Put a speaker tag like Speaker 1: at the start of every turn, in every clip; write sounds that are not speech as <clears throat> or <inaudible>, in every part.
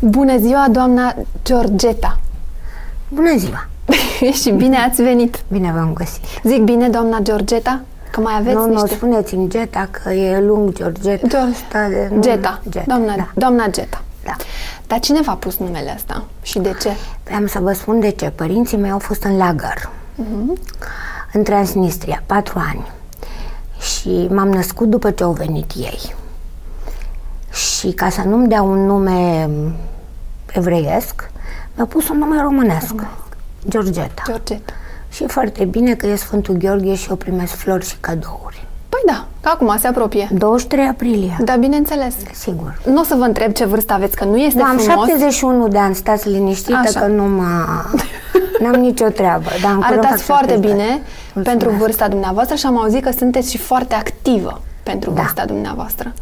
Speaker 1: Bună ziua, doamna Georgeta! <laughs>
Speaker 2: Bună ziua!
Speaker 1: și bine ați venit!
Speaker 2: Bine v-am găsit!
Speaker 1: Zic bine, doamna Georgeta? Că mai aveți
Speaker 2: nu, nu,
Speaker 1: niște...
Speaker 2: spuneți-mi Geta, că e lung Georgeta.
Speaker 1: Geor-
Speaker 2: Asta de- nu-
Speaker 1: Geta.
Speaker 2: Geta,
Speaker 1: Doamna,
Speaker 2: da.
Speaker 1: doamna Geta.
Speaker 2: da. Ah,
Speaker 1: Dar cine v-a pus numele ăsta? Și de ce?
Speaker 2: Am să vă spun de ce. Părinții mei au fost în lagăr,
Speaker 1: Mhm.
Speaker 2: în Transnistria, patru ani. Și m-am născut după ce au venit ei. Și ca să nu-mi dea un nume evreiesc, mi-a pus un nume românesc, Georgeta.
Speaker 1: Georgeta.
Speaker 2: Și foarte bine că e Sfântul Gheorghe și eu primesc flori și cadouri.
Speaker 1: Păi da, că acum se apropie.
Speaker 2: 23 aprilie,
Speaker 1: Da, bineînțeles.
Speaker 2: sigur.
Speaker 1: Nu o să vă întreb ce vârstă aveți, că nu este
Speaker 2: Da, am
Speaker 1: frumos.
Speaker 2: 71 de ani, stați liniștită
Speaker 1: Așa.
Speaker 2: că nu mă... N-am nicio treabă. Dar în curând fac
Speaker 1: Arătați foarte
Speaker 2: 72.
Speaker 1: bine pentru vârsta dumneavoastră și am auzit că sunteți și foarte activă pentru
Speaker 2: Da.
Speaker 1: vârsta dumneavoastră.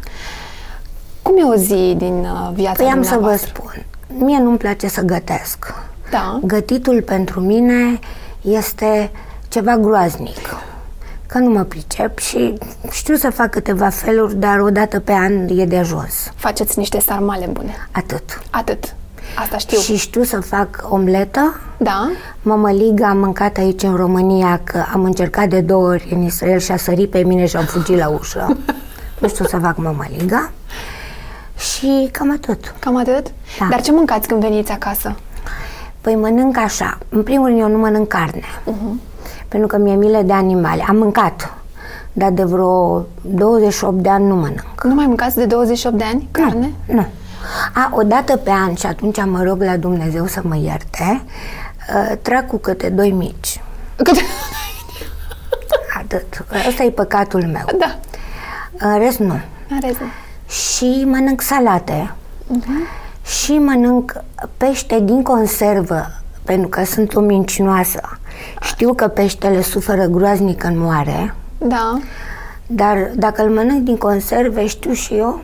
Speaker 1: Cum e o zi din uh, viața
Speaker 2: Păi am să vă
Speaker 1: dumneavoastră?
Speaker 2: spun. Mie nu-mi place să gătesc.
Speaker 1: Da.
Speaker 2: Gătitul pentru mine este ceva groaznic. Că nu mă pricep și știu să fac câteva feluri, dar o dată pe an e de jos.
Speaker 1: Faceți niște sarmale bune.
Speaker 2: Atât.
Speaker 1: Atât. Asta știu.
Speaker 2: Și știu să fac omletă,
Speaker 1: Da?
Speaker 2: Mămăliga am mâncat aici în România că am încercat de două ori în Israel și a sărit pe mine și am fugit la ușă. nu știu să fac mămăliga. Și cam atât.
Speaker 1: Cam atât?
Speaker 2: Da.
Speaker 1: Dar ce mâncați când veniți acasă?
Speaker 2: Păi mănânc așa. În primul rând eu nu mănânc carne. Pentru că mi-e milă de animale. Am mâncat. Dar de vreo 28 de ani nu mănânc.
Speaker 1: Nu mai mâncați de 28 de
Speaker 2: Da.
Speaker 1: ani carne?
Speaker 2: Nu. A, o dată pe an și atunci mă rog la Dumnezeu să mă ierte, uh, trag cu câte doi mici.
Speaker 1: Cât...
Speaker 2: Atât. Ăsta e păcatul meu.
Speaker 1: <laughs> Da.
Speaker 2: În rest, nu.
Speaker 1: În rest, nu.
Speaker 2: și mănânc salate Mhm. și mănânc pește din conservă, pentru că sunt o mincinoasă. Știu că peștele suferă groaznic când moare,
Speaker 1: Da.
Speaker 2: dar dacă îl mănânc din conserve, știu și eu,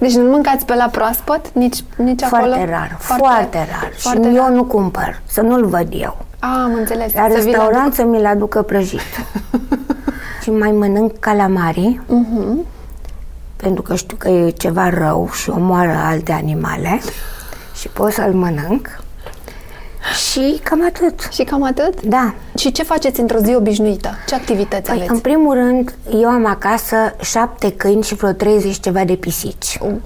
Speaker 1: Deci nu mâncați pe la proaspăt? Nici, nici acolo?
Speaker 2: foarte rar, foarte, foarte rar.
Speaker 1: Foarte
Speaker 2: și
Speaker 1: rar.
Speaker 2: eu nu cumpăr, să nu-l văd eu.
Speaker 1: A, am înțeles.
Speaker 2: La
Speaker 1: Să vi-l aduc.
Speaker 2: restaurant să mi-l aducă prăjit. și mai mănânc calamari, pentru că știu că e ceva rău și omoară alte animale și pot să-l mănânc. Și cam atât.
Speaker 1: Și cam atât?
Speaker 2: Da.
Speaker 1: Și ce faceți într-o zi obișnuită? Ce activități
Speaker 2: Păi,
Speaker 1: aveți?
Speaker 2: în primul rând, eu am acasă șapte câini și vreo 30 ceva de pisici,
Speaker 1: Wow!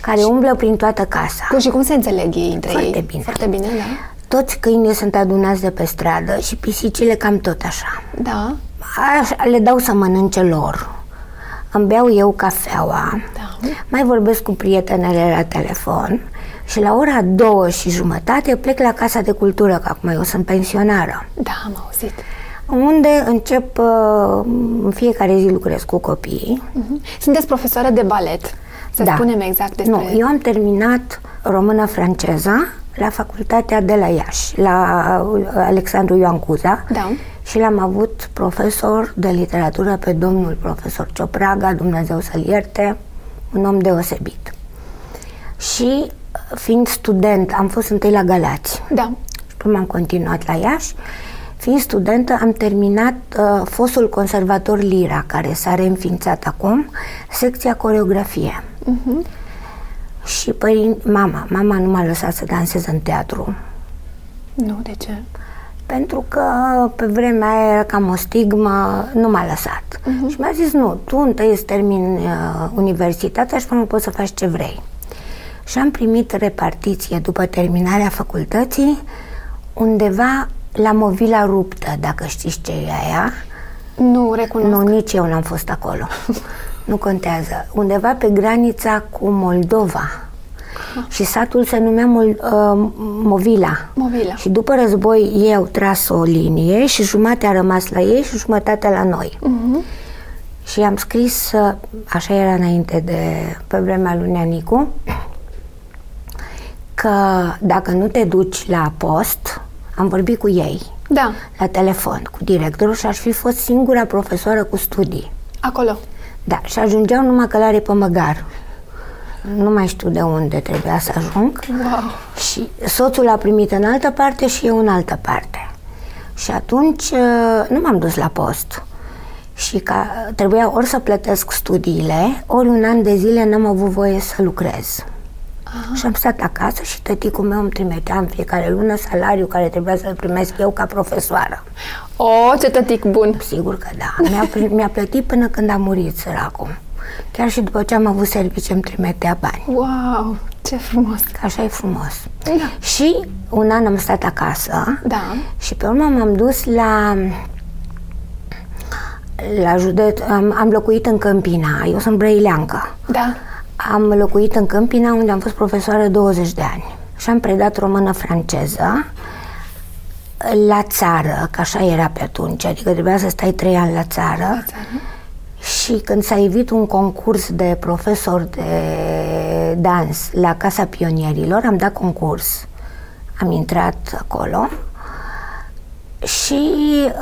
Speaker 2: care umblă prin toată casa.
Speaker 1: Cum și cum se înțeleg ei între ei?
Speaker 2: Foarte bine.
Speaker 1: Foarte bine, da.
Speaker 2: Toți câinii sunt adunați de pe stradă și pisicile cam tot așa.
Speaker 1: Da,
Speaker 2: Aș, le dau să mănânce lor. Îmi beau eu cafeaua.
Speaker 1: da.
Speaker 2: Mai vorbesc cu prietenele la telefon și la ora două și jumătate plec la Casa de Cultură, că acum eu sunt pensionară,
Speaker 1: Da, am auzit.
Speaker 2: unde încep uh, în fiecare zi lucrez cu copiii.
Speaker 1: Mhm. Sunteți profesoară de balet. Să
Speaker 2: Da.
Speaker 1: spunem exact despre...
Speaker 2: Nu, eu am terminat română-franceza la facultatea de la Iași, la uh, Alexandru Ioan Cuza.
Speaker 1: Da.
Speaker 2: Și l-am avut profesor de literatură pe domnul profesor Ciopraga, Dumnezeu să-l ierte, un om deosebit. Și uh, fiind student, am fost întâi la Galați
Speaker 1: Da.
Speaker 2: și apoi m-am continuat la Iași. Fiind studentă, am terminat uh, fostul conservator Lira, care s-a reînființat acum, secția coreografie. Și părin- mama, mama nu m-a lăsat să dansez în teatru,
Speaker 1: Nu, de ce?
Speaker 2: pentru că pe vremea aia era cam o stigmă, nu m-a lăsat. Și mi-a zis, nu, tu întâi îți termin uh, universitatea și până poți să faci ce vrei. Și am primit repartiție după terminarea facultății undeva la Movila Ruptă, dacă știți ce e aia.
Speaker 1: Nu recunosc.
Speaker 2: Nu, nici eu n-am fost acolo. <laughs> nu contează. Undeva pe granița cu Moldova. Și satul se numea Mol- uh, Movila.
Speaker 1: Movila.
Speaker 2: Și după război ei au tras o linie și jumătate a rămas la ei și jumătate la noi. Și am scris, uh, așa era înainte de, pe vremea lui Neanicu, că dacă nu te duci la post, am vorbit cu ei
Speaker 1: Da,
Speaker 2: la telefon cu directorul și aș fi fost singura profesoară cu studii.
Speaker 1: acolo.
Speaker 2: Da, și ajungeau numai călare pe măgar. Nu mai știu de unde trebuia să ajung.
Speaker 1: Wow.
Speaker 2: Și soțul a primit în altă parte și eu în altă parte. Și atunci uh, nu m-am dus la post. Și ca, trebuia ori să plătesc studiile, ori un an de zile n-am avut voie să lucrez. Și am stat acasă și tăticul meu îmi trimitea în fiecare lună salariul care trebuia să-l primesc eu ca profesoară.
Speaker 1: O, ce tătic bun!
Speaker 2: Sigur că da. Mi-a, pl- mi-a plătit până când a murit săracul. Chiar și după ce am avut serviciu îmi trimitea bani.
Speaker 1: Wow, ce frumos!
Speaker 2: Că așa e frumos.
Speaker 1: Da.
Speaker 2: Și un an am stat acasă
Speaker 1: Da.
Speaker 2: și pe urmă m-am dus la la județ, am, am locuit în Câmpina, eu sunt brăileancă.
Speaker 1: Da.
Speaker 2: Am locuit în Câmpina unde am fost profesoară 20 de ani și am predat română-franceză la țară, că așa era pe atunci, adică trebuia să stai 3 ani la țară. Și când s-a evit un concurs de profesor de dans la Casa Pionierilor, am dat concurs. Am intrat acolo și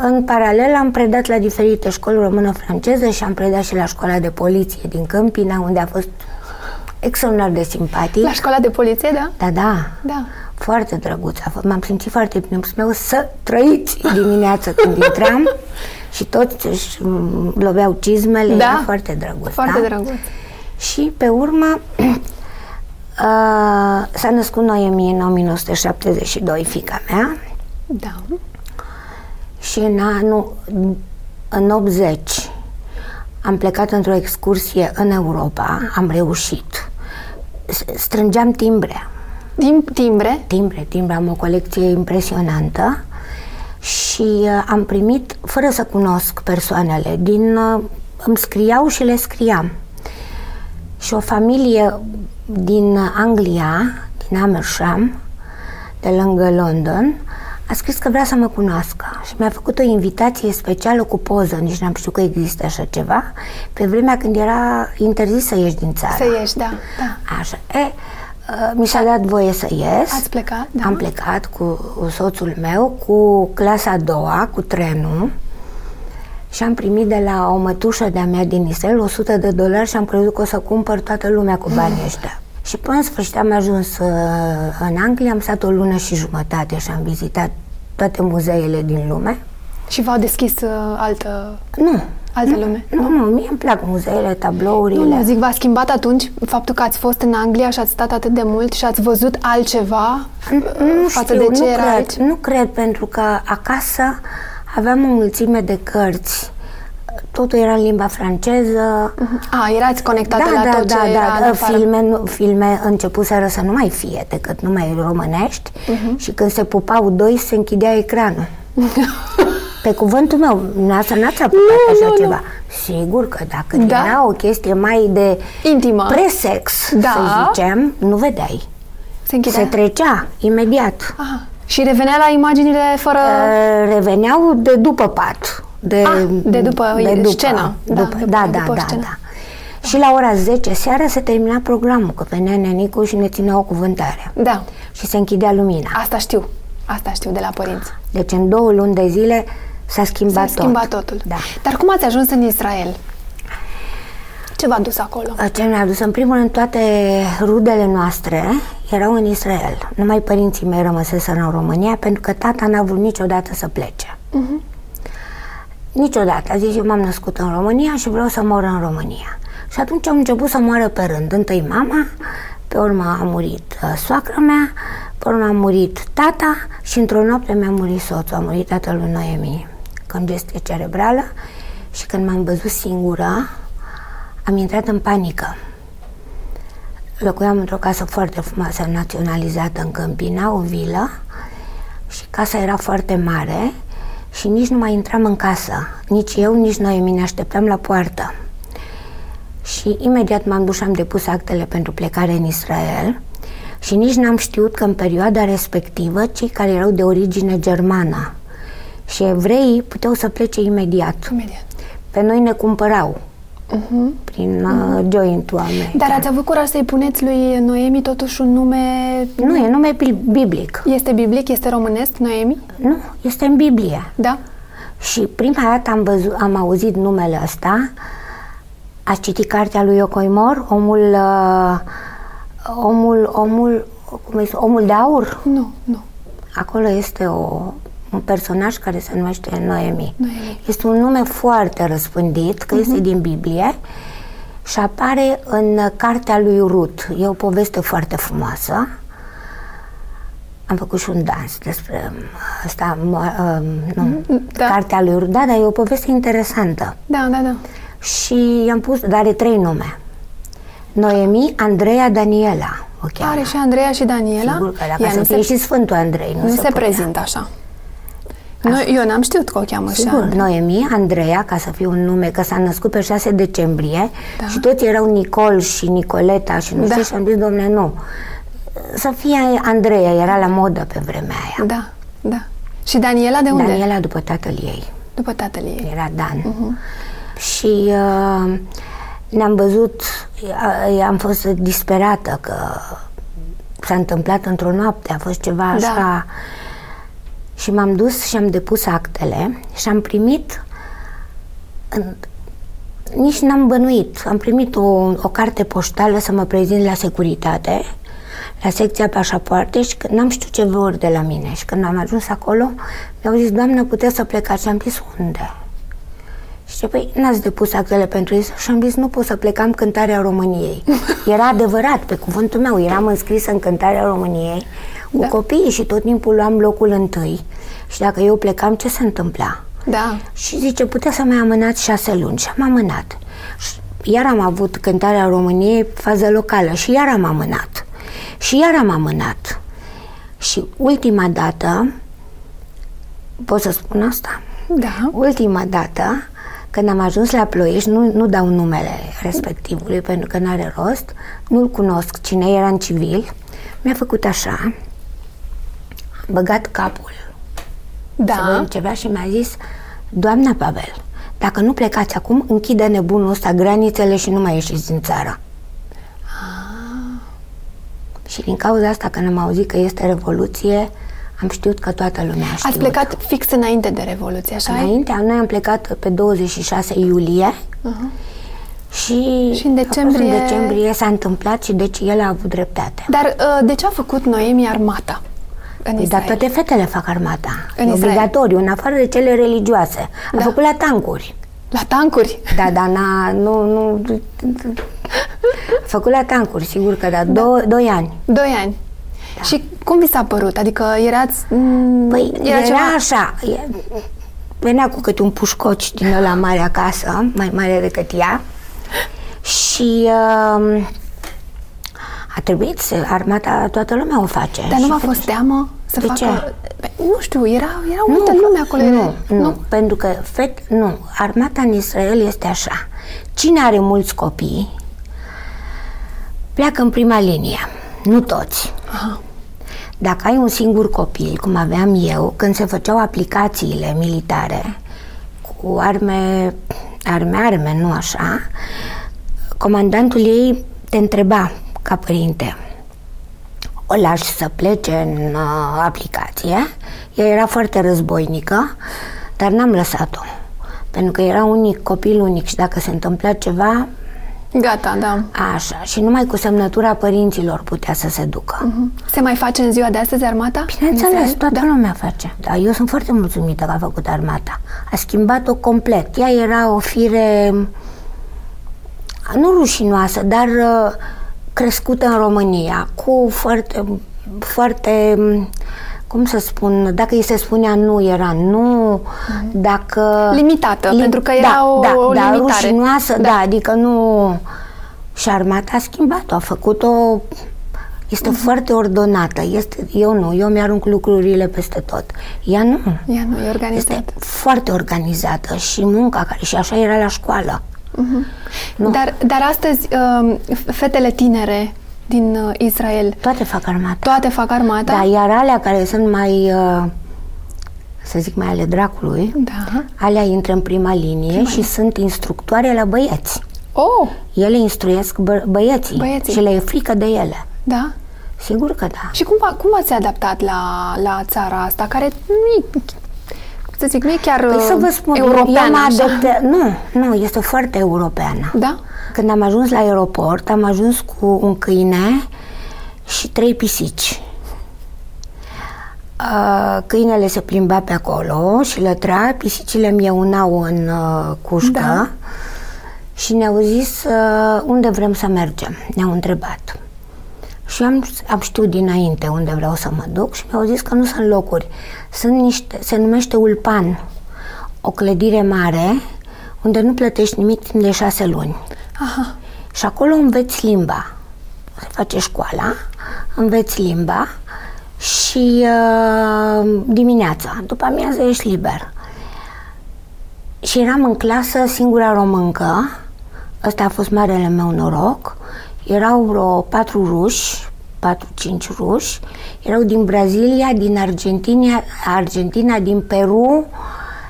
Speaker 2: în paralel am predat la diferite școli română-franceză și am predat și la școala de poliție din Câmpina, unde a fost extraordinar de simpatic.
Speaker 1: La școala de poliție, da?
Speaker 2: Da, da,
Speaker 1: Da.
Speaker 2: foarte drăguț a fost. M-am simțit foarte bine. Îmi spuneau să trăiți dimineața
Speaker 1: <laughs>
Speaker 2: când intram și toți își mm, loveau cizmele.
Speaker 1: Da.
Speaker 2: Era foarte drăguț.
Speaker 1: Foarte
Speaker 2: da?
Speaker 1: drăguț.
Speaker 2: Și pe urmă <clears throat> a, s-a născut Noemie în 1972, fica mea.
Speaker 1: Da.
Speaker 2: Și în anul în 80 am plecat într-o excursie în Europa, am reușit. S- Strângeam timbre.
Speaker 1: Din timbre?
Speaker 2: timbre, timbre, am o colecție impresionantă și uh, am primit, fără să cunosc persoanele, din, uh, îmi scriau și le scriam. Și o familie din Anglia, din Amersham, de lângă London, a scris că vrea să mă cunoască și mi-a făcut o invitație specială cu poză, nici n-am știut că există așa ceva, pe vremea când era interzis să ieși din țară.
Speaker 1: Să ieși, da. Da.
Speaker 2: Așa. E, uh, mi s-a dat voie să ies.
Speaker 1: Ați plecat? Da.
Speaker 2: Am plecat cu soțul meu, cu clasa a doua, cu trenul și am primit de la o mătușă de-a mea din Israel 100 de dolari și am crezut că o să cumpăr toată lumea cu banii ăștia. Și până în sfârșit am ajuns uh, în Anglia, am stat o lună și jumătate și am vizitat toate muzeele din lume.
Speaker 1: Și v-au deschis uh, altă,
Speaker 2: Nu,
Speaker 1: altă lume?
Speaker 2: nu, nu, mie îmi plac muzeele,
Speaker 1: Nu,
Speaker 2: tablourile.
Speaker 1: nu, zic, v-a schimbat atunci faptul că ați fost în Anglia și ați stat atât de mult și ați văzut altceva
Speaker 2: Nu
Speaker 1: față
Speaker 2: Mm, știu,
Speaker 1: de ce
Speaker 2: nu
Speaker 1: era
Speaker 2: cred,
Speaker 1: aici?
Speaker 2: Nu cred, pentru că acasă aveam o mulțime de cărți. Totul era în limba franceză.
Speaker 1: A, erați conectată
Speaker 2: Da,
Speaker 1: la tot ce era în afară.
Speaker 2: filme, nu- filme începuseră să nu mai fie decât numai românești
Speaker 1: Mhm.
Speaker 2: uh-huh. și când se pupau doi se
Speaker 1: <laughs>
Speaker 2: închidea ecranul. Pe cuvântul meu, n-ați, n-ați apucat așa
Speaker 1: nu, nu.
Speaker 2: ceva. Sigur că dacă
Speaker 1: Da.
Speaker 2: era o chestie mai de
Speaker 1: Intimă.
Speaker 2: presex,
Speaker 1: Da.
Speaker 2: să zicem, nu vedeai.
Speaker 1: se închidea.
Speaker 2: Se trecea imediat.
Speaker 1: Aha. Și revenea la imaginile fără...
Speaker 2: Uh, reveneau de după pat. De,
Speaker 1: Ah, de după scenă. Da,
Speaker 2: După, după,
Speaker 1: după-
Speaker 2: da, da,
Speaker 1: după
Speaker 2: da,
Speaker 1: scenă.
Speaker 2: da. Și la ora 10 seara se termina programul, că venea nenicu și ne ținea o cuvântare.
Speaker 1: Da,
Speaker 2: Și se închidea lumina.
Speaker 1: asta știu. Asta știu de la părinți.
Speaker 2: Deci în două luni de zile s-a
Speaker 1: S-a
Speaker 2: schimbat,
Speaker 1: schimbat
Speaker 2: tot.
Speaker 1: totul.
Speaker 2: Da.
Speaker 1: Dar cum ați ajuns în Israel? Ce v-a dus acolo?
Speaker 2: Ce ne-a dus? În primul rând, toate rudele noastre erau în Israel. Numai părinții mei rămăseseră în România pentru că tata n-a vrut niciodată să plece. Niciodată. A zis, eu m-am născut în România și vreau să mor în România. Și atunci am început să moară pe rând. Întâi mama, pe urmă a murit uh, soacra mea, pe urmă a murit tata și într-o noapte mi-a murit soțul, a murit tatăl lui Noemi, congestie cerebrală și când m-am văzut singură, am intrat în panică. Locuiam într-o casă foarte frumoasă, naționalizată în Câmpina, o vilă, și casa era foarte mare și nici nu mai intram în casă. Nici eu, nici noi ne așteptam la poartă. Și imediat m-am dus și am depus actele pentru plecare în Israel și nici n-am știut că în perioada respectivă cei care erau de origine germană și evreii puteau să plece imediat.
Speaker 1: Imediat.
Speaker 2: Pe noi ne cumpărau prin uh, joint-ul oameni.
Speaker 1: Dar ați avut curaj să-i puneți lui Noemi totuși un nume...
Speaker 2: Nu, e nume bil- biblic.
Speaker 1: Este biblic? Este românesc, Noemi?
Speaker 2: Nu, este în Biblie.
Speaker 1: Da?
Speaker 2: Și prima dată am, văzut, am auzit numele ăsta, a citit cartea lui Ocoimor, omul, uh, omul, omul, cum este, omul de aur.
Speaker 1: Nu, nu.
Speaker 2: Acolo este o, un personaj care se numește Noemi.
Speaker 1: Noemi. Mhm.
Speaker 2: Este un nume foarte răspândit, că este din Biblie și apare în cartea lui Ruth. E o poveste foarte frumoasă. Am făcut și un dans despre um, asta, mo- uh, nu,
Speaker 1: da.
Speaker 2: cartea lui Ruth. Da, dar e o poveste interesantă.
Speaker 1: Da, da, da.
Speaker 2: Și i-am pus, dar are trei nume. Noemi, Andreea, Daniela. O cheamă.
Speaker 1: Are și Andreea și Daniela.
Speaker 2: Sigur că dacă
Speaker 1: Ea
Speaker 2: să
Speaker 1: nu
Speaker 2: fie
Speaker 1: se,
Speaker 2: și Sfântul Andrei. Nu,
Speaker 1: nu
Speaker 2: se,
Speaker 1: se
Speaker 2: putea.
Speaker 1: prezintă așa. Nu, eu n-am știut că o cheamă
Speaker 2: Sigur,
Speaker 1: așa.
Speaker 2: Noemi, Andreea, ca să fiu un nume, că s-a născut pe 6 decembrie
Speaker 1: Da.
Speaker 2: și toți erau Nicol și Nicoleta și nu
Speaker 1: Da.
Speaker 2: știu și am zis, domne, nu. Să fie Andreea, era la modă pe vremea aia.
Speaker 1: Da, da. Și Daniela de unde?
Speaker 2: Daniela după tatăl ei,
Speaker 1: După tatăl ei.
Speaker 2: era Dan. Și uh, ne-am văzut, uh, am fost disperată că s-a întâmplat într-o noapte, a fost ceva
Speaker 1: Da.
Speaker 2: așa... Și m-am dus și am depus actele și am primit în- nici n-am bănuit. Am primit o, o carte poștală să mă prezint la securitate, la secția pașapoarte și când n-am știut ce vor de la mine. Și când am ajuns acolo, mi-au zis, doamnă, puteți să plecați? Și am zis, unde? Și zice, păi, n-ați depus actele pentru ei? Și am zis, nu pot să plecam cântarea României. Era adevărat, pe cuvântul meu, eram înscrisă în cântarea României cu
Speaker 1: Da.
Speaker 2: copiii și tot timpul luam locul întâi. Și dacă eu plecam, ce se întâmpla?
Speaker 1: Da.
Speaker 2: Și zice, puteți să mai amânați șase luni. Și am amânat. Și iar am avut cântarea României, fază locală, și iar am amânat. Și iar am amânat. Și ultima dată, pot să spun asta?
Speaker 1: Da.
Speaker 2: Ultima dată, când am ajuns la Ploiești, nu, nu dau numele respectivului pentru că nu are rost, nu-l cunosc cine era în civil, mi-a făcut așa, am băgat capul să
Speaker 1: Da.
Speaker 2: vedem ceva și mi-a zis, Doamna Pavel, dacă nu plecați acum, închide nebunul ăsta granițele și nu mai ieșiți din țară.
Speaker 1: Ah.
Speaker 2: Și din cauza asta, când am auzit că este revoluție, am știut că toată lumea a știut.
Speaker 1: Ați plecat fix înainte de Revoluție, așa e?
Speaker 2: Înaintea, noi am plecat pe 26 iulie și,
Speaker 1: Și în
Speaker 2: a fost
Speaker 1: decembrie-
Speaker 2: în decembrie s-a întâmplat și deci el a avut dreptate.
Speaker 1: Dar uh, de ce a făcut Noemi armata în
Speaker 2: Păi, dar
Speaker 1: Israel?
Speaker 2: toate fetele fac armata.
Speaker 1: În
Speaker 2: e
Speaker 1: Israel.
Speaker 2: obligatoriu, în afară de cele religioase. A
Speaker 1: Da.
Speaker 2: făcut la tancuri.
Speaker 1: La tancuri?
Speaker 2: Da, da, na, nu,
Speaker 1: <laughs>
Speaker 2: nu... A făcut la tancuri, sigur că da, do, doi ani.
Speaker 1: Doi ani.
Speaker 2: Da.
Speaker 1: Și cum vi s-a părut? Adică erați... mm, m,
Speaker 2: Păi era, era
Speaker 1: ceva-
Speaker 2: așa, e, venea cu câte un pușcoci din la mare acasă, mai mare decât ea, și uh, a trebuit să, armata, toată lumea o face.
Speaker 1: Dar nu
Speaker 2: Păi Și
Speaker 1: v-a
Speaker 2: pe-
Speaker 1: fost teamă să
Speaker 2: De
Speaker 1: facă...
Speaker 2: ce?
Speaker 1: Păi, Nu știu, era, era multă lume acolo.
Speaker 2: Nu, nu,
Speaker 1: nu.
Speaker 2: nu, pentru că fet, nu, armata în Israel este așa. Cine are mulți copii pleacă în prima linie, nu toți.
Speaker 1: Aha.
Speaker 2: Dacă ai un singur copil, cum aveam eu, când se făceau aplicațiile militare cu arme, arme, arme, nu așa, comandantul ei te întreba ca părinte, o lași să plece în uh, aplicație. Ea era foarte războinică, dar n-am lăsat-o. Pentru că era unic, copil unic și dacă se întâmpla ceva,
Speaker 1: Gata, da.
Speaker 2: așa. Și numai cu semnătura părinților putea să se ducă.
Speaker 1: Mhm. Se mai face în ziua de astăzi armata?
Speaker 2: Bineînțeles, toată lumea face. Da, eu sunt foarte mulțumită că a făcut armata. A schimbat-o complet. Ea era o fire nu rușinoasă, dar uh, crescută în România, cu foarte, foarte, cum să spun, dacă îi se spunea nu, era nu, dacă...
Speaker 1: Mhm. Limitată, pentru că era
Speaker 2: da,
Speaker 1: o-
Speaker 2: da,
Speaker 1: o
Speaker 2: da,
Speaker 1: limitare.
Speaker 2: rușinoasă, da. da, adică nu... Și armata a schimbat-o, a făcut-o... Este foarte ordonată. Este, eu nu, eu mi-arunc lucrurile peste tot. Ea nu.
Speaker 1: Ea nu, e organizat.
Speaker 2: Este foarte organizată și munca care... Și așa era la școală.
Speaker 1: Dar, dar astăzi, um, f- fetele tinere din uh, Israel,
Speaker 2: Toate fac armată.
Speaker 1: toate fac armata?
Speaker 2: Da, iar alea care sunt mai, uh, să zic, mai ale dracului,
Speaker 1: Da.
Speaker 2: alea intră în prima linie și sunt instructoare la băieți.
Speaker 1: Oh,
Speaker 2: Ele instruiesc bă- băieții,
Speaker 1: Băieții.
Speaker 2: și le e frică de ele.
Speaker 1: da.
Speaker 2: Sigur că da.
Speaker 1: Și cum, v- cum v-ați adaptat la, la țara asta, care nu e, cum să zic, nu e chiar
Speaker 2: Păi să vă
Speaker 1: uh,
Speaker 2: spun,
Speaker 1: europeană,
Speaker 2: eu
Speaker 1: așa?
Speaker 2: adaptat, Nu, nu, este foarte europeană.
Speaker 1: Da?
Speaker 2: Când am ajuns la aeroport, am ajuns cu un câine și trei pisici. Uh, Câinele se plimba pe acolo și lătra, pisicile mi unau în uh, cușcă
Speaker 1: Da.
Speaker 2: și ne-au zis uh, unde vrem să mergem, ne-au întrebat. Și eu am, am știut dinainte unde vreau să mă duc și mi-au zis că nu sunt locuri. Sunt niște, se numește Ulpan, o clădire mare unde nu plătești nimic timp de șase luni.
Speaker 1: Aha.
Speaker 2: Și acolo înveți limba. Se face școala, înveți limba și uh, dimineața, după amiază, ești liber. Și eram în clasă singura româncă, ăsta a fost marele meu noroc, erau vreo patru ruși, 4-5 ruși, erau din Brazilia, din Argentina, Argentina, din Peru,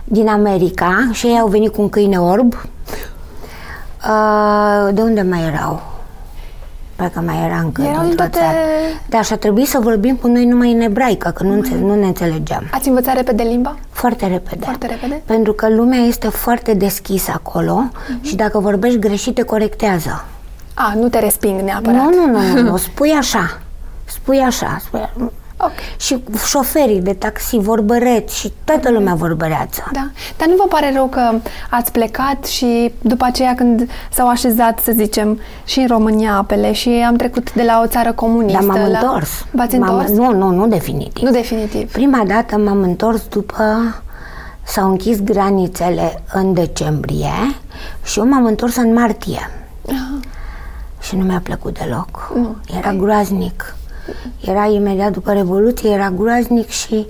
Speaker 2: din America și ei au venit cu un câine orb. Uh, de unde mai erau? Parcă mai era încă
Speaker 1: Erau din
Speaker 2: dintr-o
Speaker 1: toate-
Speaker 2: țară. Da, și a trebuit să vorbim cu noi numai în ebraică, că nu, înțe- nu ne înțelegeam.
Speaker 1: Ați învățat repede limba?
Speaker 2: Foarte repede.
Speaker 1: Foarte repede?
Speaker 2: Pentru că lumea este foarte deschisă acolo și dacă vorbești greșit, te corectează.
Speaker 1: A, nu te resping neapărat.
Speaker 2: Nu, nu, nu,
Speaker 1: <laughs>
Speaker 2: nu, nu, spui așa. Spui așa, spui
Speaker 1: Ok.
Speaker 2: Și șoferii de taxi vorbăreți și toată lumea vorbăreață.
Speaker 1: Da. Dar nu vă pare rău că ați plecat și după aceea când s-au așezat, să zicem, și în România apele și am trecut de la o țară comunistă.
Speaker 2: Dar m-am
Speaker 1: la...
Speaker 2: întors.
Speaker 1: V-ați
Speaker 2: M-am-
Speaker 1: întors?
Speaker 2: Nu, nu, nu definitiv.
Speaker 1: Nu definitiv.
Speaker 2: Prima dată m-am întors după s-au închis granițele în decembrie și eu m-am întors în martie. Și nu mi-a plăcut deloc.
Speaker 1: Nu.
Speaker 2: Era groaznic. Era imediat după Revoluție, era groaznic și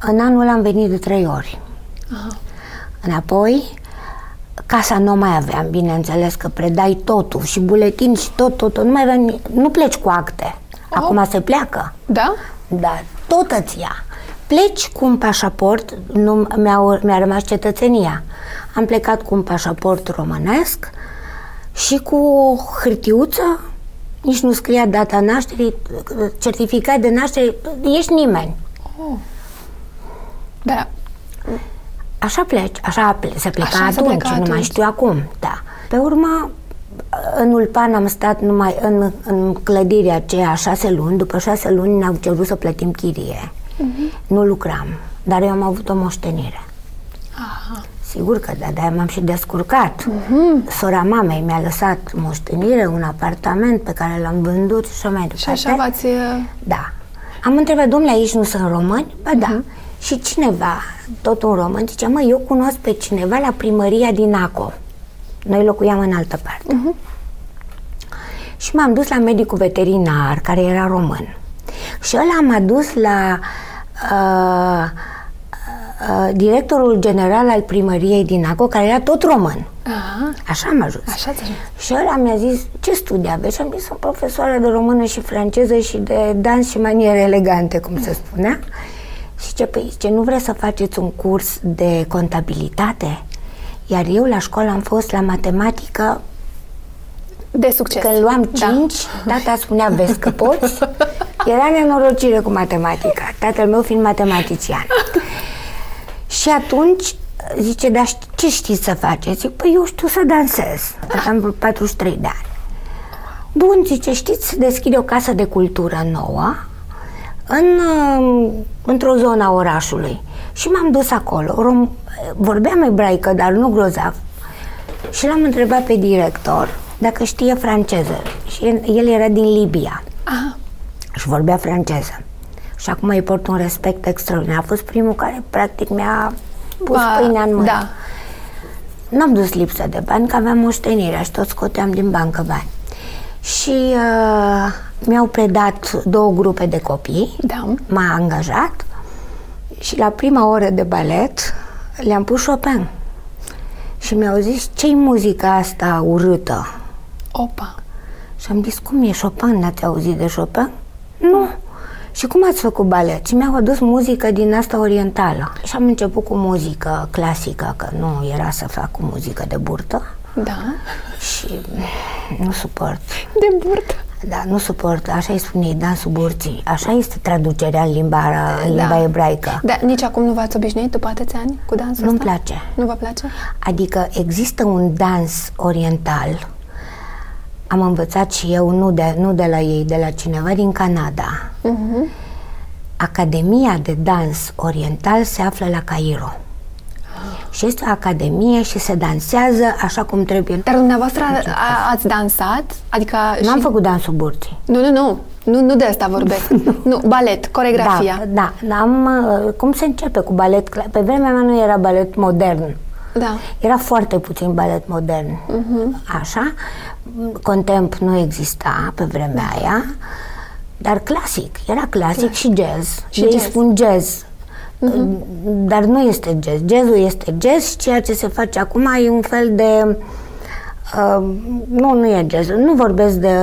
Speaker 2: în anul ăla am venit de trei ori. Înapoi, casa nu o mai aveam, bineînțeles că predai totul și buletin și tot, tot, tot. Nu mai aveam, nimic. nu pleci cu acte. Acum se pleacă.
Speaker 1: Da?
Speaker 2: Da, tot îți ia. Pleci cu un pașaport, nu, mi-a, mi-a rămas cetățenia. Am plecat cu un pașaport românesc și cu o hârtiuță, nici nu scria data nașterii, certificat de naștere, ești nimeni.
Speaker 1: Oh. Da.
Speaker 2: Așa pleci, așa ple- se pleca
Speaker 1: Așa se
Speaker 2: atunci,
Speaker 1: pleca
Speaker 2: nu mai
Speaker 1: atunci.
Speaker 2: știu acum, da. Pe urmă, în Ulpan am stat numai în, în clădirea aceea șase luni, după șase luni ne-au cerut să plătim chirie.
Speaker 1: Mhm.
Speaker 2: Nu lucram, dar eu am avut o moștenire.
Speaker 1: Aha. Mhm.
Speaker 2: Sigur că da, dar m-am și descurcat. Sora mamei mi-a lăsat moștenire, un apartament pe care l-am vândut și așa mai departe.
Speaker 1: Și așa v-ați... uh,
Speaker 2: Da. Am întrebat, domnule, aici nu sunt români? Ba da. Și cineva, tot un român, zice, mă, eu cunosc pe cineva la primăria din ACO. Noi locuiam în altă parte. Și m-am dus la medicul veterinar, care era român. Și ăla m-a dus la uh, uh, directorul general al primăriei din ACO, care era tot român.
Speaker 1: Aha.
Speaker 2: Așa am ajuns.
Speaker 1: Așa ți
Speaker 2: Și ăla mi-a zis, ce studii aveți? Și am zis, sunt profesoară de română și franceză și de dans și maniere elegante, cum se spunea. Și ce, păi, zice, nu vreți să faceți un curs de contabilitate? Iar eu la școală am fost la matematică,
Speaker 1: De succes.
Speaker 2: când luam 5, da. tata spunea, vezi că poți? Era nenorocire cu matematica, tatăl meu fiind matematician. Și atunci zice, dar ști- ce știți să faceți? Zic, păi eu știu să dansez. Am vreo 43 de ani. Bun, zice, știți, să deschide o casă de cultură nouă în, um, într-o zonă a orașului. Și m-am dus acolo. Rom- vorbeam ebraică, dar nu grozav. Și l-am întrebat pe director dacă știe franceză. Și el- el era din Libia
Speaker 1: Aha.
Speaker 2: și vorbea franceză. Și acum îi port un respect extraordinar. A fost primul care, practic, mi-a pus
Speaker 1: Ba,
Speaker 2: pâinea în mână.
Speaker 1: Da.
Speaker 2: N-am dus lipsă de bani, că aveam moștenirea și tot scoteam din bancă bani. Și uh, mi-au predat două grupe de copii,
Speaker 1: Da.
Speaker 2: m-a angajat și la prima oră de balet le-am pus Chopin. Și mi-au zis, ce-i muzica asta urâtă?
Speaker 1: Opa.
Speaker 2: Și am zis, cum e Chopin? N-ați auzit de Chopin? Nu. Și cum ați făcut balet? Și mi-au adus muzică din asta orientală. Și am început cu muzică clasică, că nu era să fac cu muzică de burtă.
Speaker 1: Da.
Speaker 2: Și eh, nu suport.
Speaker 1: De burtă.
Speaker 2: Da, nu suport. Așa îi spune ei, dansul burții. Așa este traducerea în limba, în limba
Speaker 1: Da.
Speaker 2: ebraică.
Speaker 1: Dar nici acum nu v-ați obișnuit după atâția ani cu dansul
Speaker 2: Nu-mi
Speaker 1: ăsta?
Speaker 2: place.
Speaker 1: Nu vă place?
Speaker 2: Adică există un dans oriental. Am învățat și eu, nu de, nu de la ei, de la cineva din Canada.
Speaker 1: Mhm. Ah.
Speaker 2: Academia de dans oriental se află la Cairo. Și este o academie și se dansează așa cum trebuie.
Speaker 1: Dar dumneavoastră a, ați dansat? Adică
Speaker 2: Nu am
Speaker 1: și...
Speaker 2: făcut dansul burții.
Speaker 1: Nu, nu, nu. Nu, nu de asta vorbesc. nu, balet, coregrafia.
Speaker 2: Da, da, dar am, uh, cum se începe cu balet? cla- Pe vremea mea nu era balet modern.
Speaker 1: da.
Speaker 2: Era foarte puțin balet modern. Uh-huh. Așa. Contemp nu exista pe vremea aia, dar clasic. Era clasic și jazz. Și ei
Speaker 1: jazz.
Speaker 2: spun jazz. Dar nu este jazz. Jazzul este jazz și ceea ce se face acum e un fel de... Uh, nu, nu e jazz. Nu vorbesc de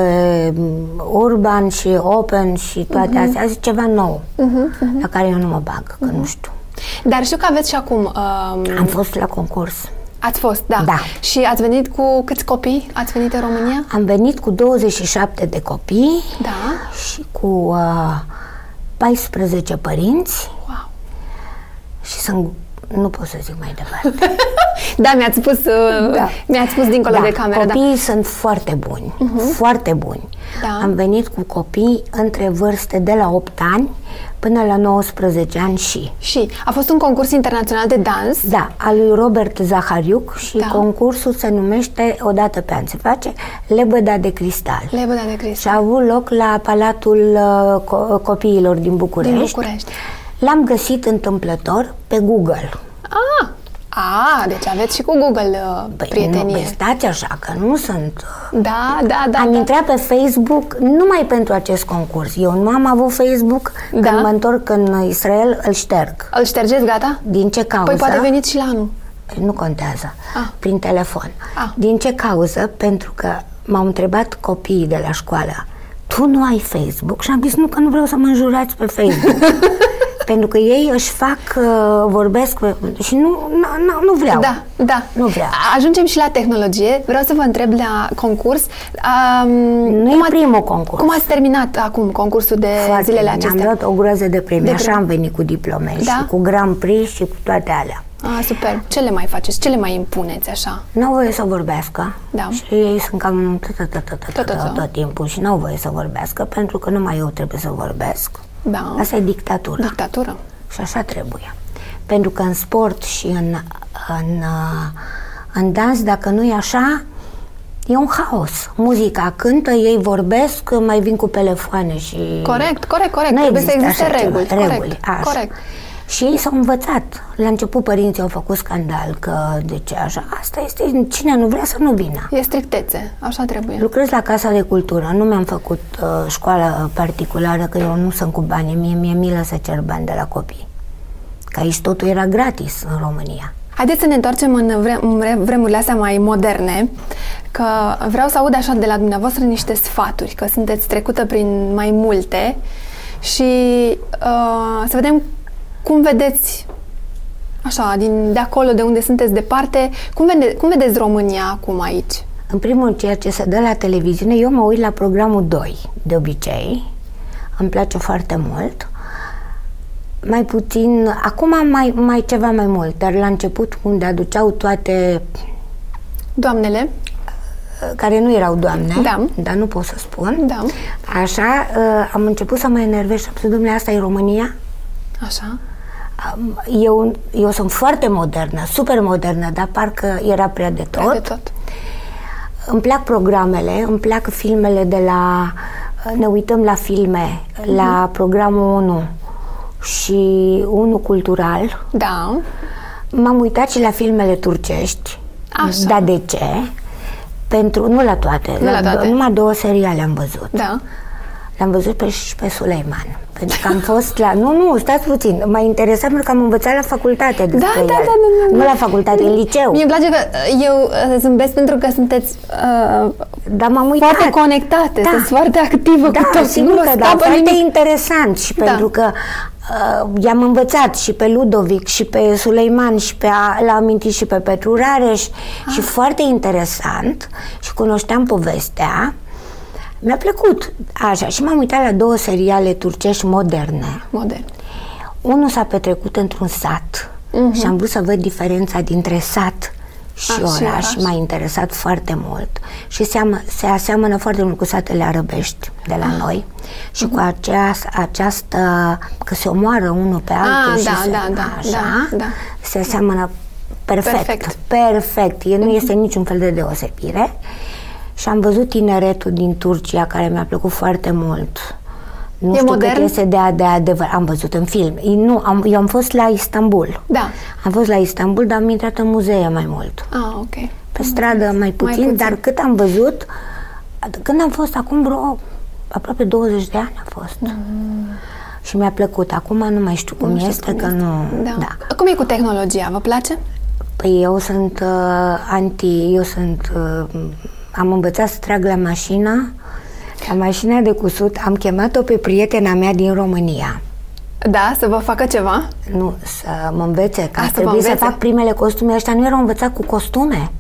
Speaker 2: um, urban și open și toate astea. Asta e ceva nou, la care eu nu mă bag, că nu știu.
Speaker 1: Dar știu că aveți și acum... Um,
Speaker 2: Am fost la concurs.
Speaker 1: ați fost, da.
Speaker 2: Da.
Speaker 1: Și ați venit cu câți copii? Ați venit în România?
Speaker 2: Am venit cu 27 de copii
Speaker 1: Da.
Speaker 2: și cu uh, 14 părinți
Speaker 1: Wow.
Speaker 2: și sunt nu pot să zic mai departe.
Speaker 1: Da, mi-ați spus, uh,
Speaker 2: Da.
Speaker 1: mi-ați spus dincolo de cameră, da. Mhm.
Speaker 2: copiii sunt foarte buni, foarte buni.
Speaker 1: Da.
Speaker 2: Am venit cu copii între vârste de la 8 ani până la 19 ani și.
Speaker 1: Și a fost un concurs internațional de dans.
Speaker 2: Da, al lui Robert Zahariuc și
Speaker 1: Da.
Speaker 2: concursul se numește, odată pe an se face, Lebăda de Cristal.
Speaker 1: Lebăda de Cris.
Speaker 2: Și a avut loc la Palatul uh, Co- Copiilor din București.
Speaker 1: Din București.
Speaker 2: L-am găsit întâmplător pe Google.
Speaker 1: Ah! A, deci aveți și cu Google uh,
Speaker 2: Păi, Nu,
Speaker 1: prietenie.
Speaker 2: băi, stați așa, că nu sunt...
Speaker 1: da, da, da.
Speaker 2: Am
Speaker 1: da.
Speaker 2: intrat pe Facebook numai pentru acest concurs. Eu nu am avut Facebook.
Speaker 1: Da.
Speaker 2: Când mă întorc în Israel, îl șterg.
Speaker 1: Îl ștergeți, gata?
Speaker 2: Din ce cauză?
Speaker 1: Păi poate veniți și la anul.
Speaker 2: Nu contează.
Speaker 1: Ah.
Speaker 2: Prin telefon.
Speaker 1: Ah.
Speaker 2: Din ce cauză? Pentru că m-au întrebat copiii de la școală, tu nu ai Facebook? Și am zis, nu, că nu vreau să mă înjurați pe Facebook.
Speaker 1: <laughs>
Speaker 2: Pentru că ei își fac, uh, vorbesc pe- și nu, nu, nu- nu vreau.
Speaker 1: Da, da.
Speaker 2: Nu vreau.
Speaker 1: Ajungem și la tehnologie. Vreau să vă întreb la concurs. Um,
Speaker 2: Nu
Speaker 1: cum,
Speaker 2: e primul concurs.
Speaker 1: cum ați terminat acum concursul de
Speaker 2: Foarte
Speaker 1: zilele
Speaker 2: bine.
Speaker 1: acestea?
Speaker 2: Am luat o groază de premii,
Speaker 1: De
Speaker 2: așa
Speaker 1: premii.
Speaker 2: am venit cu diplome
Speaker 1: Da?
Speaker 2: și cu Grand Prix și cu toate alea.
Speaker 1: Ah, super. Ce le mai faceți? Ce le mai impuneți așa?
Speaker 2: Nu au voie să vorbească
Speaker 1: Da.
Speaker 2: și ei sunt cam tot, tot, tot, tot, tot,
Speaker 1: Tot, tot,
Speaker 2: tot,
Speaker 1: tot.
Speaker 2: tot timpul și nu au voie să vorbească pentru că numai eu trebuie să vorbesc.
Speaker 1: Da.
Speaker 2: Asta e dictatura
Speaker 1: Dictatură.
Speaker 2: și așa trebuie. Pentru că în sport și în, în, uh, în dans, dacă nu e așa, e un haos. Muzica cântă, ei vorbesc, mai vin cu telefoane și...
Speaker 1: Corect, corect, corect.
Speaker 2: Nu
Speaker 1: Trebuie să
Speaker 2: există
Speaker 1: existe
Speaker 2: așa
Speaker 1: reguli.
Speaker 2: Ceva.
Speaker 1: Corect,
Speaker 2: reguli așa.
Speaker 1: corect.
Speaker 2: Și ei s-au învățat. La început părinții au făcut scandal că de ce așa. Asta este cine nu vrea să nu vină.
Speaker 1: E strictețe. Așa trebuie.
Speaker 2: Lucrez la Casa de Cultură. Nu mi-am făcut uh, școală particulară, că eu nu sunt cu bani. Mie mi-e milă să cer bani de la copii. Că aici totul era gratis în România.
Speaker 1: Haideți să ne întoarcem în vre- în vre- vremurile astea mai moderne, că vreau să aud așa de la dumneavoastră niște sfaturi, că sunteți trecută prin mai multe și uh, să vedem cum vedeți așa, din de acolo, de unde sunteți departe, cum, vede- cum vedeți România acum aici?
Speaker 2: În primul ceea ce se dă la televiziune, eu mă uit la programul 2, de obicei. Îmi place foarte mult. Mai puțin, acum mai, mai ceva mai mult, dar la început unde aduceau toate,
Speaker 1: Doamnele,
Speaker 2: uh, care nu erau doamne,
Speaker 1: Da.
Speaker 2: dar nu pot să spun,
Speaker 1: Da.
Speaker 2: așa, uh, am început să mă enervez și am zis, domnule, asta e România?
Speaker 1: așa,
Speaker 2: Am- Eu, eu sunt foarte modernă, super modernă, dar parcă era prea de tot.
Speaker 1: prea de tot.
Speaker 2: Îmi plac programele, îmi plac filmele de la... uh, Ne uităm la filme,
Speaker 1: Mhm.
Speaker 2: la programul 1 și 1 cultural.
Speaker 1: Da,
Speaker 2: M-am uitat și la filmele turcești.
Speaker 1: Așa.
Speaker 2: Dar de ce? Pentru, nu la toate,
Speaker 1: Nu la toate.
Speaker 2: numai două seriale am văzut.
Speaker 1: da,
Speaker 2: L-am văzut pe, și pe Suleiman. Pentru că am fost la... Nu, nu, stați puțin. M-a interesat pentru că am învățat la facultate despre
Speaker 1: da, da,
Speaker 2: el.
Speaker 1: da, da, da.
Speaker 2: Păi Nu la facultate, în liceu.
Speaker 1: Mie îmi place că uh, eu uh, zâmbesc pentru că sunteți uh,
Speaker 2: Dar m-am uitat.
Speaker 1: foarte conectate,
Speaker 2: Da.
Speaker 1: da. sunteți foarte activă
Speaker 2: Da,
Speaker 1: cu tot.
Speaker 2: sigur
Speaker 1: nu vă
Speaker 2: că da,
Speaker 1: scapă
Speaker 2: foarte
Speaker 1: nimic.
Speaker 2: interesant și
Speaker 1: Da.
Speaker 2: pentru că uh, i-am învățat și pe Ludovic și pe Suleiman și pe a, l-am amintit și pe Petru Rareș
Speaker 1: Ah.
Speaker 2: și foarte interesant și cunoșteam povestea. Mi-a plăcut așa și m-am uitat la două seriale turcești moderne.
Speaker 1: Modern.
Speaker 2: Unul s-a petrecut într-un sat și am vrut să văd diferența dintre sat și
Speaker 1: Mhm. Ah, și
Speaker 2: oraș.
Speaker 1: oraș.
Speaker 2: M-a interesat foarte mult și seamă, se aseamănă foarte mult cu satele arăbești de
Speaker 1: Ah.
Speaker 2: la noi
Speaker 1: Mhm.
Speaker 2: și cu aceas, această, că se omoară unul pe altul și
Speaker 1: da,
Speaker 2: se,
Speaker 1: da, da,
Speaker 2: așa,
Speaker 1: da, da.
Speaker 2: se aseamănă perfect.
Speaker 1: Perfect. Mhm.
Speaker 2: Perfect. perfect. El nu este niciun fel de deosebire. Și am văzut tineretul din Turcia care mi-a plăcut foarte mult. Nu
Speaker 1: E
Speaker 2: știu
Speaker 1: modern?
Speaker 2: cât este de, de adevăr. Am văzut în film. Ei, Nu, am, eu am fost la Istanbul.
Speaker 1: Da.
Speaker 2: Am fost la Istanbul, dar am intrat în muzee mai mult.
Speaker 1: Ah, ok.
Speaker 2: Pe stradă mai puțin,
Speaker 1: puțin.
Speaker 2: dar cât am văzut, ad- când am fost acum vreo aproape 20 de ani a fost. Și mi-a plăcut. Acum nu mai știu cum
Speaker 1: Mm. știu
Speaker 2: este,
Speaker 1: cum
Speaker 2: că nu...
Speaker 1: Da. da. Cum e cu tehnologia? Vă place?
Speaker 2: Păi eu sunt uh, anti, eu sunt, uh, am învățat să trag la mașina, la mașina de cusut, am chemat-o pe prietena mea din România.
Speaker 1: Da, să vă facă ceva?
Speaker 2: Nu, să mă învețe, că
Speaker 1: A,
Speaker 2: ar
Speaker 1: să vă
Speaker 2: trebui să
Speaker 1: învețe.
Speaker 2: fac primele costume. Ăștia nu erau învățat cu costume.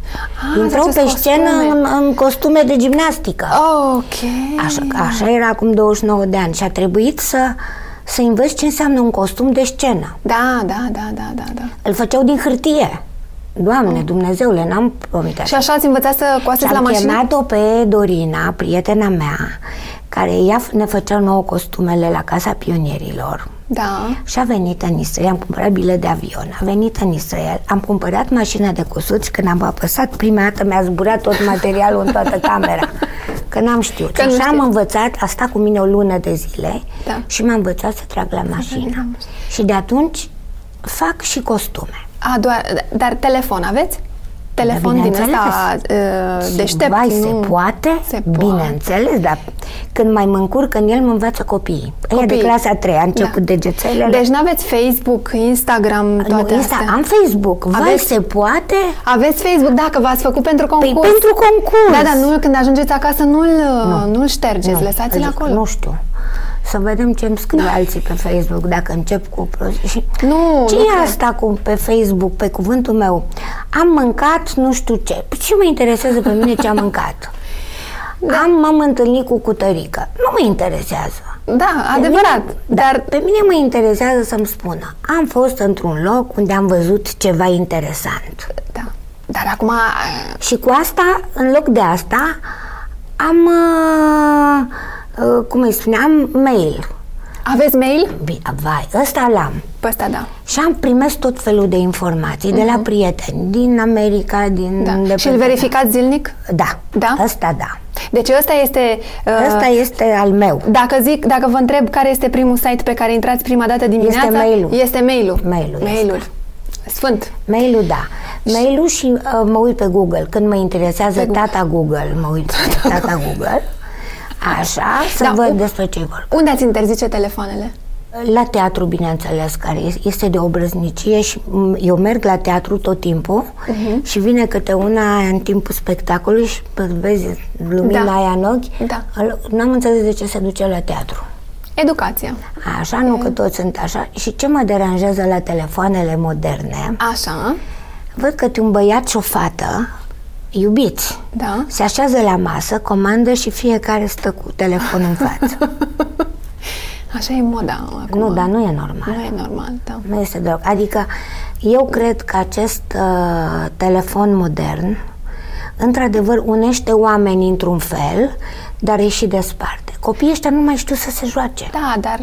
Speaker 1: Ah,
Speaker 2: Intrau
Speaker 1: deci
Speaker 2: pe
Speaker 1: sunt
Speaker 2: scenă
Speaker 1: costume.
Speaker 2: în, în costume de gimnastică.
Speaker 1: Ok.
Speaker 2: Așa, așa era acum 29 de ani și a trebuit să, să învăț ce înseamnă un costum de scenă.
Speaker 1: Da, da, da, da, da, da.
Speaker 2: Îl făceau din hârtie. Doamne, Dumnezeule, n-am promit
Speaker 1: Ah. Și așa ați învățat să
Speaker 2: Și
Speaker 1: coaseți la
Speaker 2: am
Speaker 1: mașină?
Speaker 2: chemat-o pe Dorina, prietena mea, care ea f- ne făcea nouă costumele la Casa Pionierilor.
Speaker 1: Da.
Speaker 2: Și a venit în Israel, am cumpărat bilet de avion, a venit în Israel, am cumpărat mașina de cusut și când am apăsat prima dată mi-a zburat tot materialul în toată camera. Că n-am știut.
Speaker 1: Că
Speaker 2: și
Speaker 1: nu
Speaker 2: așa am
Speaker 1: știți.
Speaker 2: învățat, a stat cu mine o lună de zile
Speaker 1: Da.
Speaker 2: și m-a învățat să trag la mașină. Și de atunci fac și costume.
Speaker 1: A, doar, dar telefon aveți? Telefon din
Speaker 2: bineînțeles.
Speaker 1: ăsta uh, deștept,
Speaker 2: Da, Vai,
Speaker 1: nu?
Speaker 2: se poate?
Speaker 1: Se
Speaker 2: Bineînțeles, dar când mai mă încurc în el, mă învață copiii. Copiii. de
Speaker 1: Copiii.
Speaker 2: clasa a treia, început
Speaker 1: Da.
Speaker 2: da. degețelele.
Speaker 1: Deci nu aveți Facebook, Instagram, toate
Speaker 2: nu, Insta,
Speaker 1: astea?
Speaker 2: am Facebook. Vai,
Speaker 1: Aveți?
Speaker 2: se poate?
Speaker 1: Aveți Facebook, da, că v-ați făcut pentru concurs.
Speaker 2: Păi pentru concurs.
Speaker 1: Da, dar nu, când ajungeți acasă nu-l, nu. nu-l ștergeți,
Speaker 2: Nu,
Speaker 1: lăsați-l
Speaker 2: adică
Speaker 1: acolo. Da.
Speaker 2: Nu știu. Să vedem ce îmi scriu alții pe Facebook, dacă încep cu prostii.
Speaker 1: Nu,
Speaker 2: ce
Speaker 1: nu
Speaker 2: e
Speaker 1: cred.
Speaker 2: asta cu pe Facebook, pe cuvântul meu? Am mâncat nu știu ce. Păi Ce mă interesează pe mine ce am mâncat?
Speaker 1: Da.
Speaker 2: Am, m-am întâlnit cu cutărică. Nu mă interesează.
Speaker 1: Da,
Speaker 2: Pe
Speaker 1: adevărat,
Speaker 2: mine-
Speaker 1: dar
Speaker 2: Pe mine mă interesează să-mi spună. Am fost într-un loc unde am văzut ceva interesant.
Speaker 1: da. Dar acum
Speaker 2: Și cu asta, în loc de asta, am, uh, uh, cum îi spuneam, mail.
Speaker 1: aveți mail?
Speaker 2: Bine, vai, ăsta l-am.
Speaker 1: Pe ăsta, da.
Speaker 2: Și am primesc tot felul de informații de la prieteni, din America, din... de
Speaker 1: Mhm. da.
Speaker 2: pe-
Speaker 1: Și îl verificați zilnic?
Speaker 2: Da.
Speaker 1: Da?
Speaker 2: Ăsta da.
Speaker 1: Deci ăsta este... Uh,
Speaker 2: Ăsta este al meu.
Speaker 1: Dacă zic, dacă vă întreb care este primul site pe care intrați prima dată dimineața,
Speaker 2: mail-ul.
Speaker 1: Este mail-ul.
Speaker 2: Mail-ul
Speaker 1: Mail-ul. Sfânt.
Speaker 2: Mail-ul, da. Mail-ul și uh, mă uit pe Google. Când mă interesează tata Google, mă uit pe tata Google. Așa, să
Speaker 1: Da,
Speaker 2: văd
Speaker 1: u-
Speaker 2: despre ce e vorba.
Speaker 1: Unde ați interzice telefoanele?
Speaker 2: La teatru, bineînțeles, care e- este de obrăznicie și m, eu merg la teatru tot timpul uh-huh.
Speaker 1: Mhm.
Speaker 2: și vine câte una în timpul spectacolului și bă, vezi lumina
Speaker 1: Da.
Speaker 2: da. aia în ochi.
Speaker 1: Da.
Speaker 2: Îl- N-am înțeles de ce se duce la teatru.
Speaker 1: Educația.
Speaker 2: Așa,
Speaker 1: Mhm.
Speaker 2: nu că toți sunt așa. Și ce mă deranjează la telefoanele moderne,
Speaker 1: Așa,
Speaker 2: văd că un băiat și o fată, iubiți,
Speaker 1: da.
Speaker 2: se așează la masă, comandă și fiecare stă cu telefonul în
Speaker 1: <laughs>
Speaker 2: față.
Speaker 1: Așa e moda acum.
Speaker 2: nu, dar nu e normal.
Speaker 1: Nu e normal, da.
Speaker 2: Nu este deloc. Adică eu cred că acest uh, telefon modern într-adevăr unește oamenii într-un fel, dar e și desparte. Copiii ăștia nu mai știu să se joace.
Speaker 1: Da, dar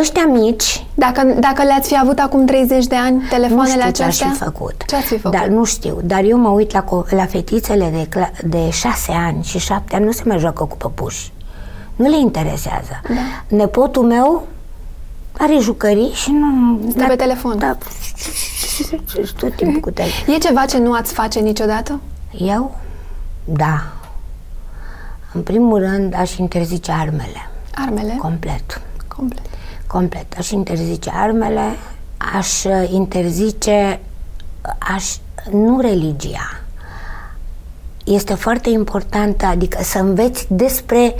Speaker 2: Ăștia mici
Speaker 1: dacă, dacă le-ați fi avut acum 30 de ani
Speaker 2: nu
Speaker 1: telefoanele
Speaker 2: știu ce aș
Speaker 1: acestea?
Speaker 2: fi făcut.
Speaker 1: Ce ați fi făcut?
Speaker 2: Dar nu știu. Dar eu mă uit la, co- la fetițele de, cla- de șase ani și șapte ani, nu se mai joacă cu păpuși. Nu le interesează. Da. Nepotul meu are jucării și nu...
Speaker 1: Stă pe telefon.
Speaker 2: Da, tot timpul cu telefon.
Speaker 1: E ceva ce nu ați face niciodată?
Speaker 2: Eu? Da. În primul rând aș interzice armele.
Speaker 1: Armele?
Speaker 2: Complet.
Speaker 1: Complet.
Speaker 2: Complet. Aș interzice armele, aș uh, interzice, aș, nu religia. Este foarte importantă, adică să înveți despre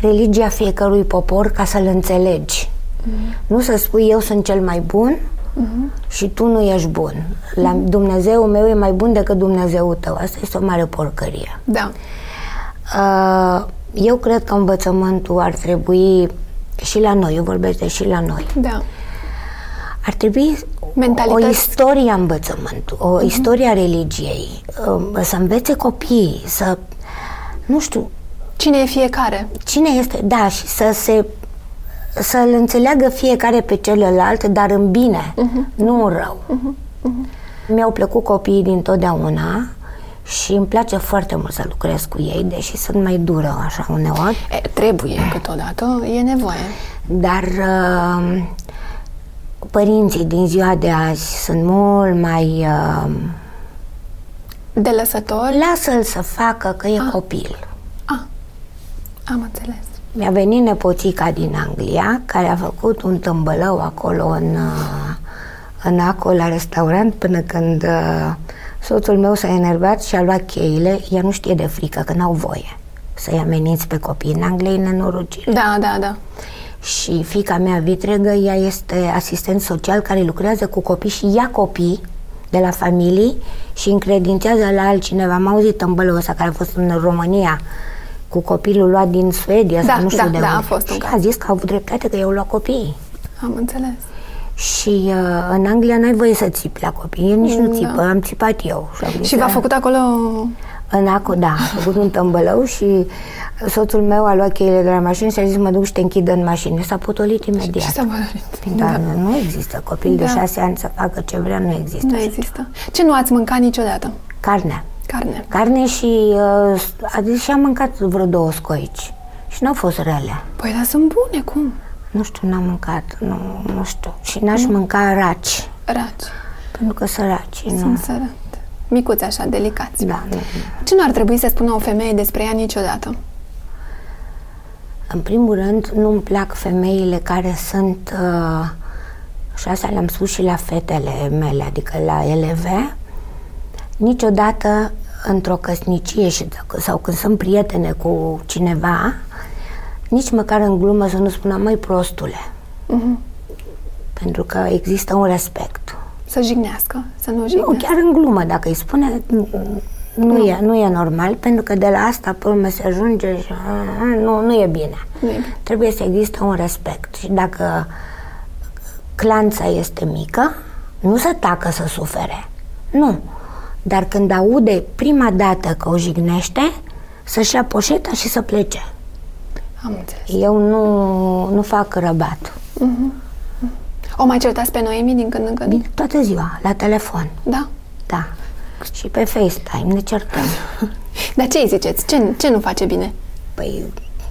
Speaker 2: religia fiecărui popor ca să-l înțelegi. Nu să spui eu sunt cel mai bun și tu nu ești bun. La Dumnezeu meu e mai bun decât Dumnezeul tău. Asta este o mare porcărie.
Speaker 1: Da.
Speaker 2: Uh, Eu cred că învățământul ar trebui și la noi, eu vorbesc de și la noi,
Speaker 1: Da.
Speaker 2: ar trebui
Speaker 1: Mentalități.
Speaker 2: o istorie a învățământului, o istorie a religiei, uh, să învețe copiii, să, nu știu,
Speaker 1: Cine e fiecare?
Speaker 2: cine este, da, și să se să-l înțeleagă fiecare pe celălalt, dar în bine, nu în rău. Mi-au plăcut copiii dintotdeauna și îmi place foarte mult să lucrez cu ei, deși sunt mai dură așa uneori,
Speaker 1: E, trebuie câteodată, e nevoie.
Speaker 2: dar uh, părinții din ziua de azi sunt mult mai uh,
Speaker 1: De lăsători?
Speaker 2: lasă-l să facă că e copil.
Speaker 1: Ah, am înțeles.
Speaker 2: Mi-a venit nepoțica din Anglia, care a făcut un tâmbălău acolo în, uh, în acolo la restaurant, până când uh, soțul meu s-a enervat și a luat cheile. Ea nu știe de frică, că n-au voie să-i ameninți pe copii. În Anglia e nenorocire.
Speaker 1: Da, da, da.
Speaker 2: Și fica mea vitregă, ea este asistent social care lucrează cu copii și ia copii de la familii și încredințează la altcineva. Am auzit tâmbălul ăsta care a fost în România cu copilul luat din Suedia
Speaker 1: Da,
Speaker 2: sau nu știu
Speaker 1: da,
Speaker 2: de
Speaker 1: da,
Speaker 2: unde.
Speaker 1: a fost un
Speaker 2: și
Speaker 1: caz.
Speaker 2: a zis că au avut dreptate că eu luat copiii.
Speaker 1: Am înțeles.
Speaker 2: Și uh, în Anglia n-ai voie să țipi la copii, eu nici nu
Speaker 1: Da.
Speaker 2: țipă, am țipat eu. am zis,
Speaker 1: Și v-a
Speaker 2: "Ah,
Speaker 1: făcut acolo...
Speaker 2: în Aco, da, a făcut un tămbălău și soțul meu a luat cheile de la mașină și a zis mă duc și te închid în mașină. S-a potolit imediat.
Speaker 1: Ce s-a valorit?
Speaker 2: Da, nu, nu există copil de
Speaker 1: Păi Da.
Speaker 2: șase ani să facă ce vrea, nu există.
Speaker 1: Nu există. Ce nu ați mâncat niciodată?
Speaker 2: Carne.
Speaker 1: Carne.
Speaker 2: Carne și uh, adică și am mâncat vreo două scoici și n-au fost rele.
Speaker 1: Păi, dar sunt bune, cum?
Speaker 2: Nu știu, n-am mâncat, nu, nu știu. Și n-aș
Speaker 1: Mm.
Speaker 2: mânca raci,
Speaker 1: Raci.
Speaker 2: pentru că săraci, nu.
Speaker 1: Sunt sărate. Micuți așa, delicați.
Speaker 2: Da, nu.
Speaker 1: Ce nu ar trebui să spună o femeie despre ea niciodată?
Speaker 2: În primul rând, nu-mi plac femeile care sunt, uh, și asta le-am spus și la fetele mele, adică la eleve, niciodată într-o căsnicie și dacă- sau când sunt prietene cu cineva, nici măcar în glumă să nu spună, mai prostule. Pentru că există un respect.
Speaker 1: Să jignească, să nu
Speaker 2: Nu,
Speaker 1: jignească.
Speaker 2: chiar în glumă, dacă îi spune, nu, nu, e, nu e normal, pentru că de la asta pe urmă se ajunge și "Ah, ah, nu, nu e bine.
Speaker 1: Nu e bine.
Speaker 2: Trebuie să există un respect și dacă clanța este mică, nu se tacă să sufere. Nu. Dar când aude prima dată că o jignește, să-și ia poșeta și să plece.
Speaker 1: Am înțeles.
Speaker 2: Eu nu, nu fac răbat.
Speaker 1: O mai certați pe Noemi din când în când?
Speaker 2: Bine, toată ziua, la telefon,
Speaker 1: Da.
Speaker 2: da. Și pe FaceTime ne certăm.
Speaker 1: Dar ce îi ziceți? Ce, ce nu face bine?
Speaker 2: Păi,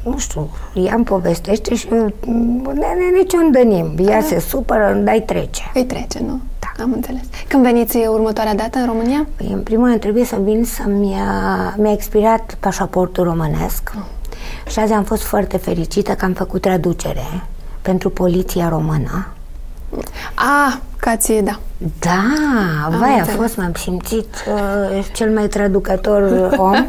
Speaker 2: nu știu, ea îmi povestește și eu, m, ne, ne, ne ciondănim. Ea se supără, îmi dai trece.
Speaker 1: Îi trece, nu? Da. Am înțeles. Când veniți următoarea dată în România?
Speaker 2: Păi, în primul rând trebuie să vin să mi-a, mi-a expirat pașaportul românesc
Speaker 1: Ah.
Speaker 2: și azi am fost foarte fericită că am făcut traducere pentru poliția română.
Speaker 1: A, că ați, da.
Speaker 2: Da, vai, a
Speaker 1: înțeles.
Speaker 2: fost, m-am simțit uh, cel mai traducător uh,
Speaker 1: <laughs>
Speaker 2: om.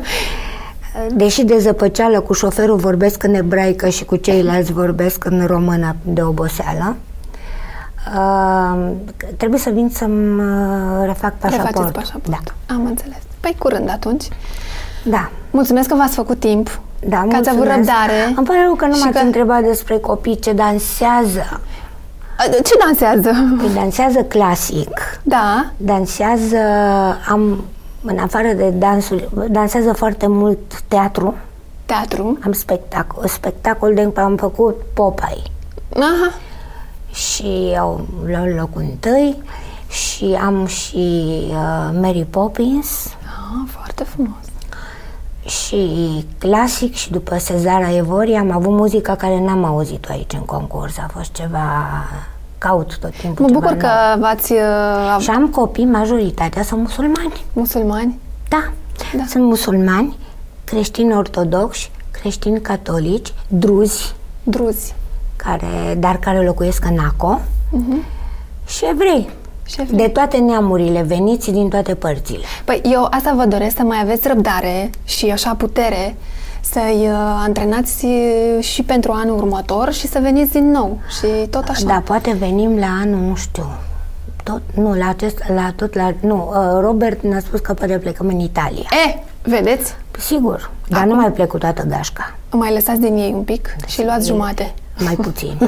Speaker 2: Deși de zăpăceală cu șoferul vorbesc în ebraică și cu ceilalți vorbesc în română de oboseală, uh, trebuie să vin să-mi uh, refac pașaportul.
Speaker 1: Refaceți pașaportul.
Speaker 2: Da,
Speaker 1: Am înțeles. Păi curând atunci.
Speaker 2: da.
Speaker 1: Mulțumesc că v-ați făcut timp.
Speaker 2: da
Speaker 1: că ați avut
Speaker 2: mulțumesc.
Speaker 1: răbdare.
Speaker 2: Îmi pare rău că nu
Speaker 1: și
Speaker 2: m-ați
Speaker 1: că-
Speaker 2: întrebat despre copii ce dansează.
Speaker 1: A, Ce dansează?
Speaker 2: Păi dansează clasic.
Speaker 1: Da.
Speaker 2: Dansează, am, în afară de dansuri, dansează foarte mult teatru.
Speaker 1: Teatru.
Speaker 2: Am spectacol, spectacol de am făcut Popeye
Speaker 1: Aha.
Speaker 2: și au luat locul întâi și am și uh, Mary Poppins
Speaker 1: Ah, foarte frumos.
Speaker 2: și clasic și după Sezara Evori am avut muzica care n-am auzit-o aici în concurs. A fost ceva... Caut tot timpul
Speaker 1: Mă
Speaker 2: ceva
Speaker 1: bucur
Speaker 2: nou.
Speaker 1: că v-ați uh, av-
Speaker 2: Și am copii, majoritatea sunt musulmani.
Speaker 1: musulmani.
Speaker 2: Da.
Speaker 1: Da.
Speaker 2: Sunt musulmani, creștini ortodoxi, creștini catolici, druzi,
Speaker 1: Druzi.
Speaker 2: care, dar care locuiesc în Aco, și evrei.
Speaker 1: Mhm. Și evrei.
Speaker 2: De toate neamurile, veniți din toate părțile.
Speaker 1: Păi eu asta vă doresc să mai aveți răbdare și așa putere să-i uh, antrenați uh, și pentru anul următor și să veniți din nou și tot așa.
Speaker 2: Da, poate venim la anul, nu știu, tot, nu, la acest, la tot, la, nu, uh, Robert ne-a spus că poate plecăm în Italia.
Speaker 1: E, Eh, vedeți?
Speaker 2: Sigur, dar nu mai plec cu toată gașca,
Speaker 1: Mai lăsați din ei un pic și luați jumate.
Speaker 2: mai
Speaker 1: <laughs>
Speaker 2: puțin.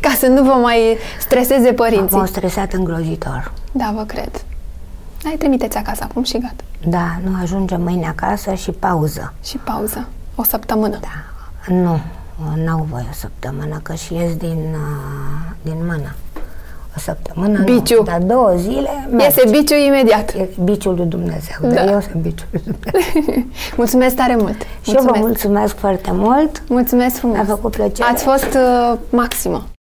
Speaker 1: Ca să nu vă mai streseze
Speaker 2: M-au
Speaker 1: părinții.
Speaker 2: stresat îngrozitor.
Speaker 1: Da, vă cred. Hai, trimiteți acasă acum și gata.
Speaker 2: Da, nu ajungem mâine acasă și pauză.
Speaker 1: Și pauză. O săptămână. Da.
Speaker 2: Nu, n-au voie o săptămână, că și ies din, uh, din mână. o săptămână, nu,
Speaker 1: Biciu.
Speaker 2: dar două zile
Speaker 1: Iese biciu imediat.
Speaker 2: E biciul lui Dumnezeu, da.
Speaker 1: Da.
Speaker 2: dar eu sunt biciul
Speaker 1: <laughs>
Speaker 2: lui Dumnezeu.
Speaker 1: Mulțumesc tare mult.
Speaker 2: Și eu vă mulțumesc foarte mult.
Speaker 1: Mulțumesc frumos.
Speaker 2: Mi-a făcut plăcere.
Speaker 1: Ați fost uh, maximă.